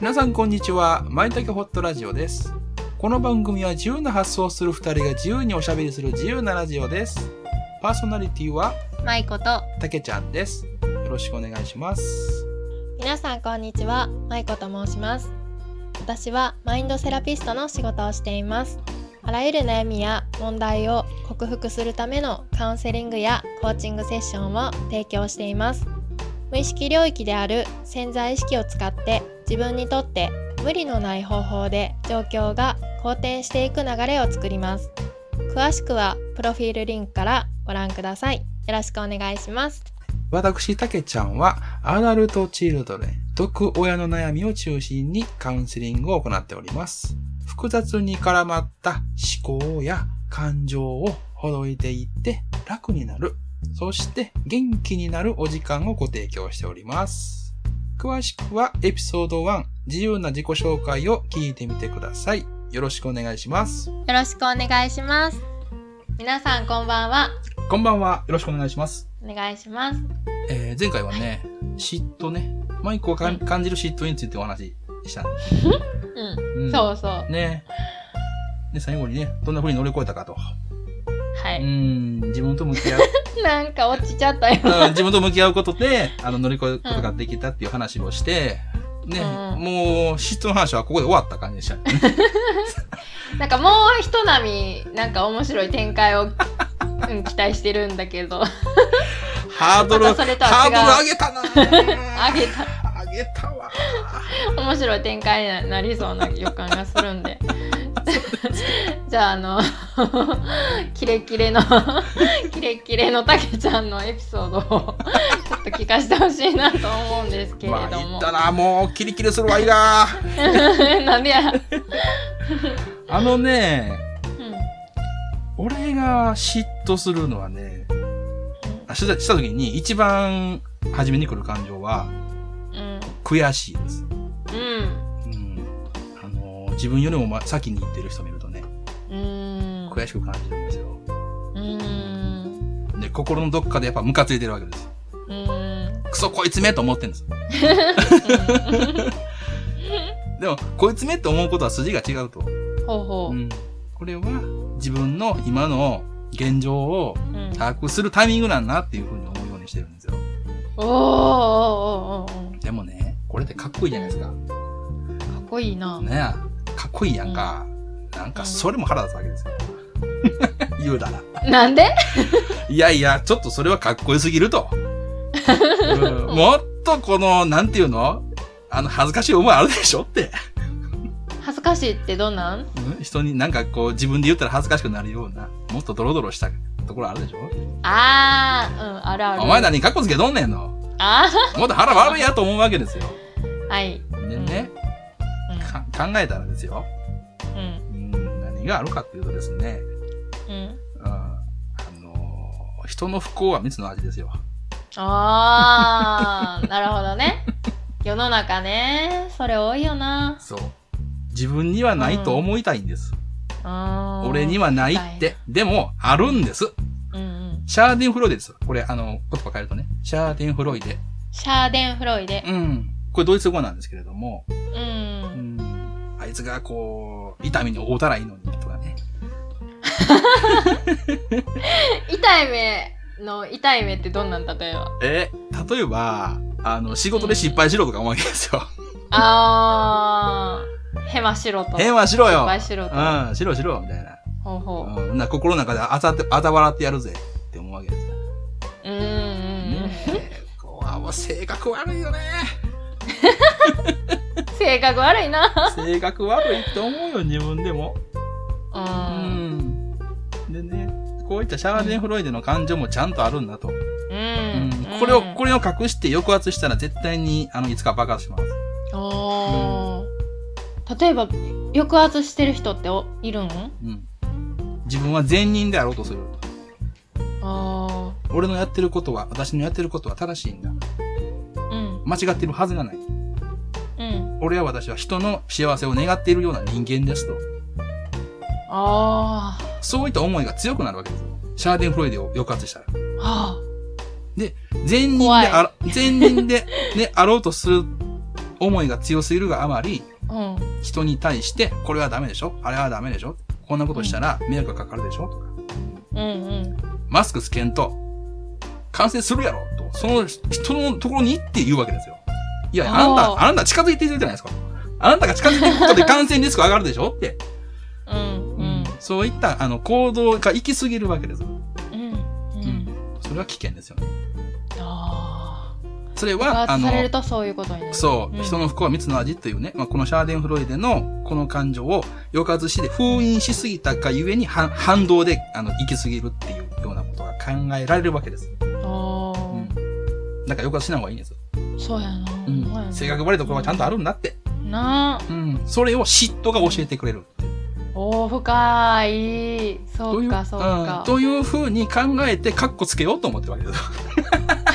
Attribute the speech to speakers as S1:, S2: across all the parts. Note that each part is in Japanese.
S1: 皆さんこんにちは。まいたけホットラジオです。この番組は自由な発想をする二人が自由におしゃべりする自由なラジオです。パーソナリティは
S2: まいこと
S1: たけちゃんです。よろしくお願いします。
S2: 皆さんこんにちはまいこと申します私はマインドセラピストの仕事をしていますあらゆる悩みや問題を克服するためのカウンセリングやコーチングセッションを提供しています無意識領域である潜在意識を使って自分にとって無理のない方法で状況が好転していく流れを作ります詳しくはプロフィールリンクからご覧くださいよろしくお願いします
S1: 私、たけちゃんはアダルトチルドレン、毒親の悩みを中心にカウンセリングを行っております。複雑に絡まった思考や感情をほどいていって楽になる。そして元気になるお時間をご提供しております。詳しくはエピソード1、自由な自己紹介を聞いてみてください。よろしくお願いします。
S2: よろしくお願いします。皆さんこんばんは。
S1: こんばんは。よろしくお願いします。
S2: お願いします。
S1: えー前回はね、嫉妬ね、マイクをかん
S2: は
S1: 感じる嫉妬についてお話ししたんです
S2: う
S1: うん
S2: ん。そうそう。は
S1: ねで、最後にね、どんな風に乗り越えたかと。うー
S2: い。
S1: ん、自分と向き合う、
S2: なんか落ちちゃったよ。
S1: うん自分と向き合うことで、あの、乗り越えることができたっていう話をして、ね、も
S2: うん
S1: う、嫉妬の話はここで終わった感じで したね。
S2: なんかもうひと波、なんか面白い展開を、うん、期待してるんだけ ど。
S1: ハードル、
S2: またそれとは違
S1: ハー
S2: う
S1: ドル上げたな
S2: あ
S1: 上
S2: げた。
S1: 上げたわ。
S2: 面白い展開にななりそうな予感がするん で。じゃああの キレキレの キレキレのたけちゃんのエピソードをちょっと聞かせてほしいなと思うんですけれど
S1: まあ、言
S2: も
S1: っ。たな、もう、キリキリするわいな。
S2: なんでや。
S1: あのね、
S2: うん。
S1: 俺が嫉妬するのはね、あしたした時に一番初めに来る感情は、
S2: うん。
S1: 悔しいです。
S2: うん。
S1: うんあのー自分よりもま先に行ってる人見るとね、
S2: うん。
S1: 悔しく感じるんですよ。
S2: うん。
S1: で、心のどっかでやっぱムカついてるわけですよ。
S2: うん。
S1: クソこいつめと思ってるんですよ。でも、こいつめって思うことは筋が違うと。
S2: ほうほ
S1: う
S2: う。
S1: ん、これは自分の今の現状を
S2: うん。
S1: 把握するタイミングなんだっていうふうに思うようにしてるんですよ。
S2: おーおーおーおーおー
S1: でもね、これってかっこいいじゃないですか。ね
S2: かっこいいな。
S1: えかっこいいやんか。なんかそれも腹立つわけですよ。言うだら。
S2: なんで
S1: いやいや、ちょっとそれはかっこよすぎると。うんもっとこの、なんていうのあの、恥ずかしい思いあるでしょって。
S2: 恥ずかしいってどんなん
S1: うん人になんかこう自分で言ったら恥ずかしくなるような、もっとドロドロしたところあるでしょ
S2: あー、うん、あるある。
S1: お前何かっこつけとんねんの。
S2: あ
S1: もっと腹悪いやと思うわけですよ。
S2: ー、はい。
S1: でね、か考えたらですよ、
S2: うん。
S1: うん、何があるかっていうとですね、
S2: うん。うん。
S1: うん、あのー人の不幸は蜜の味ですよ。
S2: あー、なるほどね。世の中ね、それ多いよな。
S1: そう。自分にはないと思いたいんです。
S2: あー
S1: 俺にはないって。でも、あるんです。
S2: うんうん。
S1: シャーデンフロイデです。これ、あの、言葉変えるとね。シャーデンフロイデ。
S2: シャーデンフロイデ。
S1: うん。これドイツ語なんですけれども、
S2: う。
S1: うんん。あいつがこう、痛みに負うたらいいのに、とかね。
S2: 痛い目の痛い目ってどんなん例えば
S1: え、例えば、あの、仕事で失敗しろとか思うわけですよ。
S2: あーヘマしろと
S1: へんはしろよ
S2: 失。敗しろと
S1: うん、しろしろ、みたいな。
S2: ほうほう
S1: うん。な心の中であざって、あざ笑ってやるぜ、って思うわけですよ。
S2: うーんうん
S1: ねえ。こうあもう性格悪いよね。
S2: うん性格悪いな
S1: 性格悪いって思うよ、自分でも。
S2: う
S1: うんんでね、こういったシャーデンフロイデの感情もちゃんとあるんだと。
S2: う
S1: うん
S2: ん
S1: これを、
S2: れ
S1: これを隠して抑圧したら絶対に、あの、いつか爆発します。
S2: おー例えば抑圧してる人っておいるん
S1: うん。自分は善人であろうとする。
S2: あ
S1: 俺のやってることは、私のやってることは正しいんだ。
S2: ーうん
S1: 間違ってるはずがない。
S2: うん
S1: 俺や私は人の幸せを願っているような人間ですと。
S2: あー
S1: そういった思いが強くなるわけですよ。シャーデンフロイデを抑圧したら。
S2: は
S1: 善人であら、善人で、ね、あろうとする思いが強すぎるがあまり、
S2: うん
S1: 人に対して、これはダメでしょあれはダメでしょこんなことしたら迷惑がかかるでしょとか、
S2: うんうん
S1: マスクつけんと、感染するやろと、その人のところに行って言うわけですよ。いや、
S2: あ
S1: あ
S2: ー
S1: なた、あなた近づいているじゃないですか。あなたが近づいていく ことで感染リスク上がるでしょって。
S2: うんうん
S1: そういった、あの、行動が行き過ぎるわけです。
S2: うんうん
S1: それは危険ですよね。
S2: あ
S1: それ
S2: あ爆
S1: は、あ
S2: 発
S1: の
S2: さ、れるとそういうことになる
S1: そう、
S2: うん
S1: 人の不幸は蜜の味というね、まあ、このシャーデンフロイデのこの感情を抑圧して封印しすぎたがゆえには反動であの行き過ぎるっていうようなことが考えられるわけです。
S2: あ
S1: う
S2: ー
S1: ん。だから抑圧しない方がいいんです。
S2: そうやな、
S1: うん
S2: ほまやな
S1: 性格悪いところはちゃんとあるんだって。
S2: なあ
S1: うん。それを嫉妬が教えてくれる。
S2: おー深いそうかそうか
S1: というふうに考えてカッコつけようと思ってるわけです。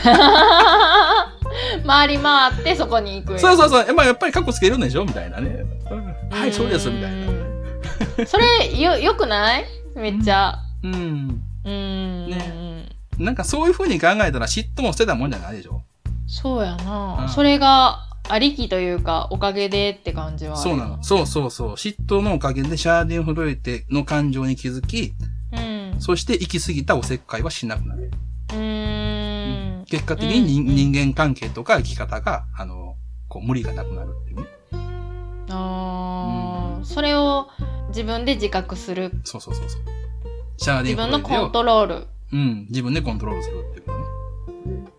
S2: 回り回ってそこに行く
S1: そう
S2: う
S1: そうそう。えまあやっぱりカッコつけるんでしょみたいなね。うんはい、そうです。みたいな。
S2: なそれよよくないめっちゃ
S1: うん。
S2: うんうん、
S1: なんかそういうふうに考えたら嫉妬も捨てたもんじゃないでしょ。
S2: そうやな、
S1: うん
S2: それがありきというかおかげでって感じはある
S1: そうなの。そうそうそう。嫉妬のおかげでシャーデンフロイテの感情に気づき、
S2: うん
S1: そして行き過ぎたおせっかいはしなくなる。
S2: うーん
S1: 結果的に人,、
S2: うんうん
S1: 人間関係とか生き方が、あの、こう無理がなくなるっていうね。
S2: あー、それを自分で自覚する
S1: そうそうそうそう。シャーデン
S2: 自
S1: フロ
S2: 分
S1: イ
S2: の
S1: テ
S2: コ
S1: を
S2: ントロール
S1: うん、自分でコントロールするっていうことね。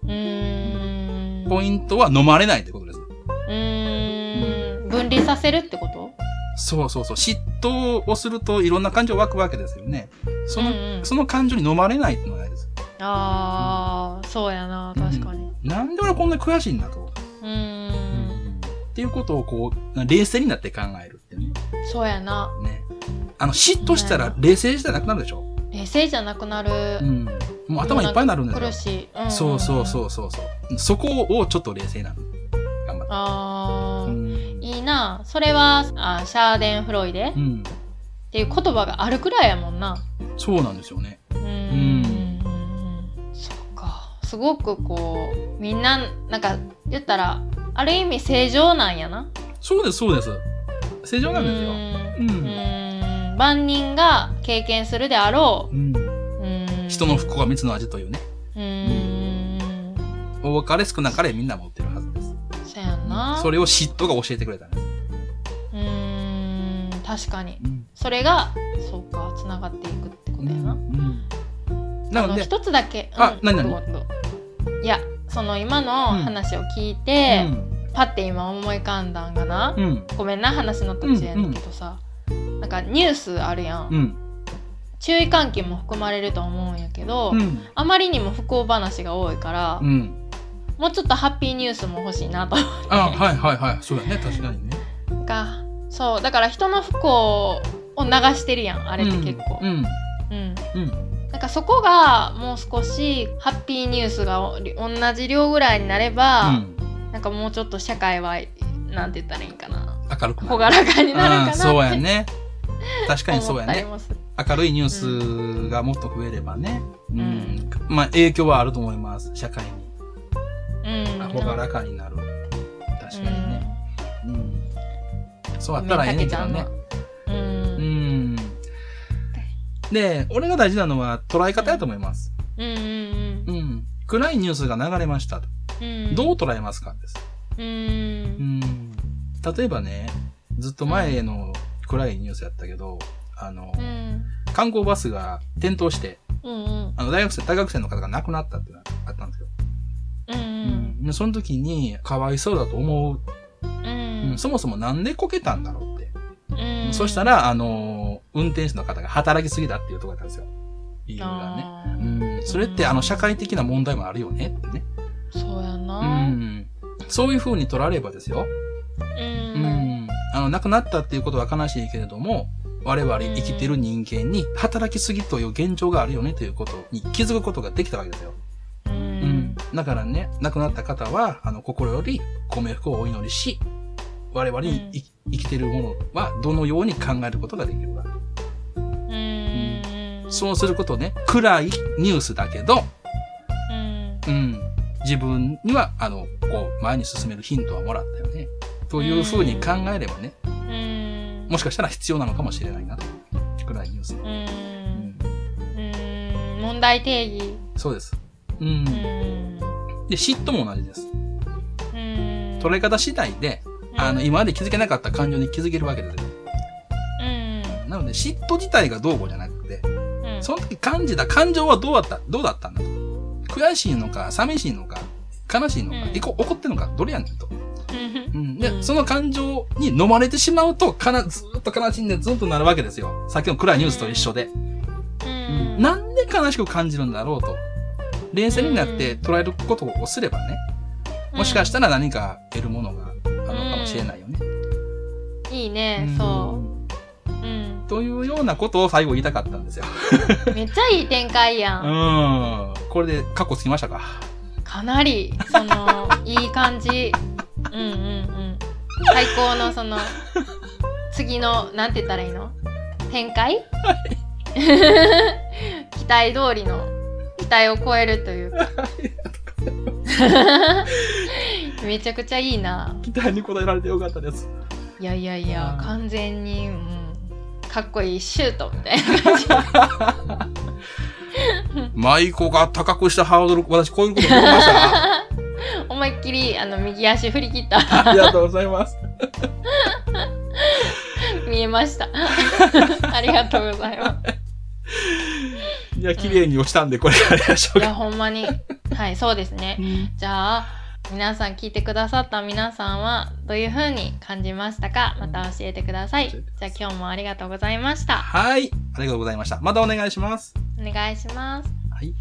S2: うーん
S1: ポイントは飲まれないってことです。
S2: うーん分離させるってこと
S1: そうそうそう。嫉妬をするといろんな感情湧くわけですよね。その、
S2: うんうん
S1: その感情に飲まれないっていうのがないです。
S2: あー、そうやな確かに
S1: なんで俺こんなに悔しいんだと。
S2: うーん
S1: っていうことをこう、冷静になって考えるっていうね。
S2: そうやな
S1: ね。あの、嫉妬したら冷静じゃなくなるでしょ
S2: 冷静じゃなくな
S1: う
S2: る、
S1: ん。もう頭いっぱいになるんですよ
S2: 苦。しい、ん
S1: そうそうそうそうそう。そこをちょっと冷静なの。頑張って。
S2: あ
S1: うん。
S2: ー、いいなそれはあシャーデンフロイデっ
S1: うん。
S2: ていう言葉があるくらいやもんな
S1: そうなんですよね。
S2: うーんそっかすごくこうみんななんか言ったらある意味正常なんやな
S1: そうです、そうです。正常なんですよ。
S2: うー
S1: うん
S2: んうーん万人が経験するであろ
S1: うん。
S2: ううーん
S1: 人の不幸は蜜の味というね。
S2: うーん
S1: 多かれ少なかれみんな持ってるはずです。
S2: そやんな
S1: それを嫉妬が教えてくれたんです。
S2: うーん確かに
S1: うん。
S2: それがそうかつながっていくってことやな、
S1: うん。な
S2: あ
S1: の
S2: の
S1: で、
S2: 一つだけ、
S1: あ何々
S2: どうぞいやその今の話を聞いうて、
S1: ん。
S2: パッて今思い浮かんだんがな、
S1: うん。
S2: ごめんな話の途中やねんけどさ、なんかニュースあるやん、
S1: うん。
S2: 注意喚起も含まれると思うんやけど、
S1: うん。
S2: あまりにも不幸話が多いから、
S1: うん。
S2: もうちょっとハッピーニュースも欲しいなと
S1: あ、はいはいはい。そうだね。確かにね。
S2: かそうだから人の不幸を流してるやんあれって結構、
S1: うん。
S2: うん
S1: うん。
S2: なんかそこがもう少しハッピーニュースがお同じ量ぐらいになれば、なんかもうちょっと社会はなんて言ったらいいんかな
S1: 明るくな
S2: 朗
S1: る。
S2: らかになるか
S1: あ
S2: な
S1: あ
S2: って
S1: そうやね。確かにそう
S2: 思っ
S1: や
S2: たり
S1: ね。
S2: もする。
S1: 明るいニュースがもっと増えればね。うん。
S2: ん
S1: まあ、影響はあると思います。社会に。
S2: うん、
S1: 朗らかになる。確かにね。うん。そう
S2: う
S1: や
S2: ん。
S1: ったらええねんけどね
S2: た。けちゃんは
S1: う
S2: うん
S1: ん。で、俺が大事なのは捉え方やと思います。
S2: うんうん
S1: うん。暗いニュースが流れましたと。
S2: うん。
S1: どう
S2: う
S1: 捉えますかです。
S2: う。
S1: うんん。例えばね、ずっと前の暗いニュースやったけど、あの、
S2: うん。
S1: 観光バスが転倒して、
S2: うんうん。
S1: あの、大学生、大学生の方が亡くなったっていうのがあったんですよ。
S2: うんうん。
S1: うん。でその時に、かわいそうだと思う。
S2: う
S1: うんん。。そもそもなんでこけたんだろうって。
S2: うん。
S1: そした
S2: ら、
S1: ら、あの、運転手の方が働きすぎだっていうところだったんですよ。理由がね。
S2: あー
S1: うん。それって、あの、社会的な問題もあるよねってね。
S2: そうやな。
S1: う。ん。そういう風に取られればですよ。
S2: う。
S1: うんん。あの、亡くなったっていうことは悲しいけれども、我々生きてる人間に働きすぎという現状があるよねということに気づくことができたわけですよ。
S2: う。。
S1: うんだからね、亡くなった方は、あの、心よりご冥福をお祈りし、我々にい、生きてるものはどのように考えることができるか。
S2: うん。
S1: そうすることね、暗いニュースだけど、
S2: うん。
S1: うん。自分には、あの、こう、前に進めるヒントはもらったよね。というふうに考えればね、
S2: うん
S1: もしかしたら必要なのかもしれないなと。ぐらいニュース。
S2: う
S1: うんん
S2: うん問題定義
S1: そうです。う。
S2: うんん
S1: で、嫉妬も同じです。
S2: うん
S1: 捉え方次第で、あの、今まで気づけなかった感情に気づけるわけです。
S2: うん
S1: なので、嫉妬自体がどうこうじゃなくて、
S2: うん
S1: その時感じた感情はどうだったどうだったんだと。悔しいのか、寂しいのか、悲しいのか、
S2: うん
S1: いこ怒ってるのか、どれやねんと。
S2: うん
S1: うん、で、
S2: うん
S1: その感情に飲まれてしまうと、かな、ずーっと悲しんでずっとなるわけですよ。さっきの暗いニュースと一緒で。
S2: うん
S1: なんで悲しく感じるんだろうと。冷静になって
S2: うん
S1: 捉えることをすればね、もしかしたら何か得るものがあるのかもしれないよね。
S2: うんいいね
S1: うん
S2: そ。ううん
S1: というようなことを最後言いたかったんですよ。
S2: めっちゃいい展開や
S1: うんん。これでカッコつきましたか
S2: かなりそのいい感じうんうんうん最高のその次のなんて言ったらいいの展開期待通りの期待を超えるというかめちゃくちゃいいな
S1: 期待に応えられてよかったです。
S2: いやいやいや
S1: うん
S2: 完全に、うん、かっこいいシュートみたいな
S1: 舞子が高くしたハードル、私こういうことできました。
S2: 思いっきりあの右足振り切った
S1: ありがとうございます。
S2: 見えました ありがとうございます
S1: いや、綺麗に落ちたんで、これやりましょう
S2: い
S1: か。
S2: やほ んまにはいそうですねじゃあ皆さん聞いてくださった皆さんはどういう風に感じましたかまた教えてくださいじ
S1: 教えてくださ
S2: ゃあ
S1: い
S2: 今日もありがとうございました
S1: はい。ありがとうございました。またお願いします。
S2: お願いします
S1: はい。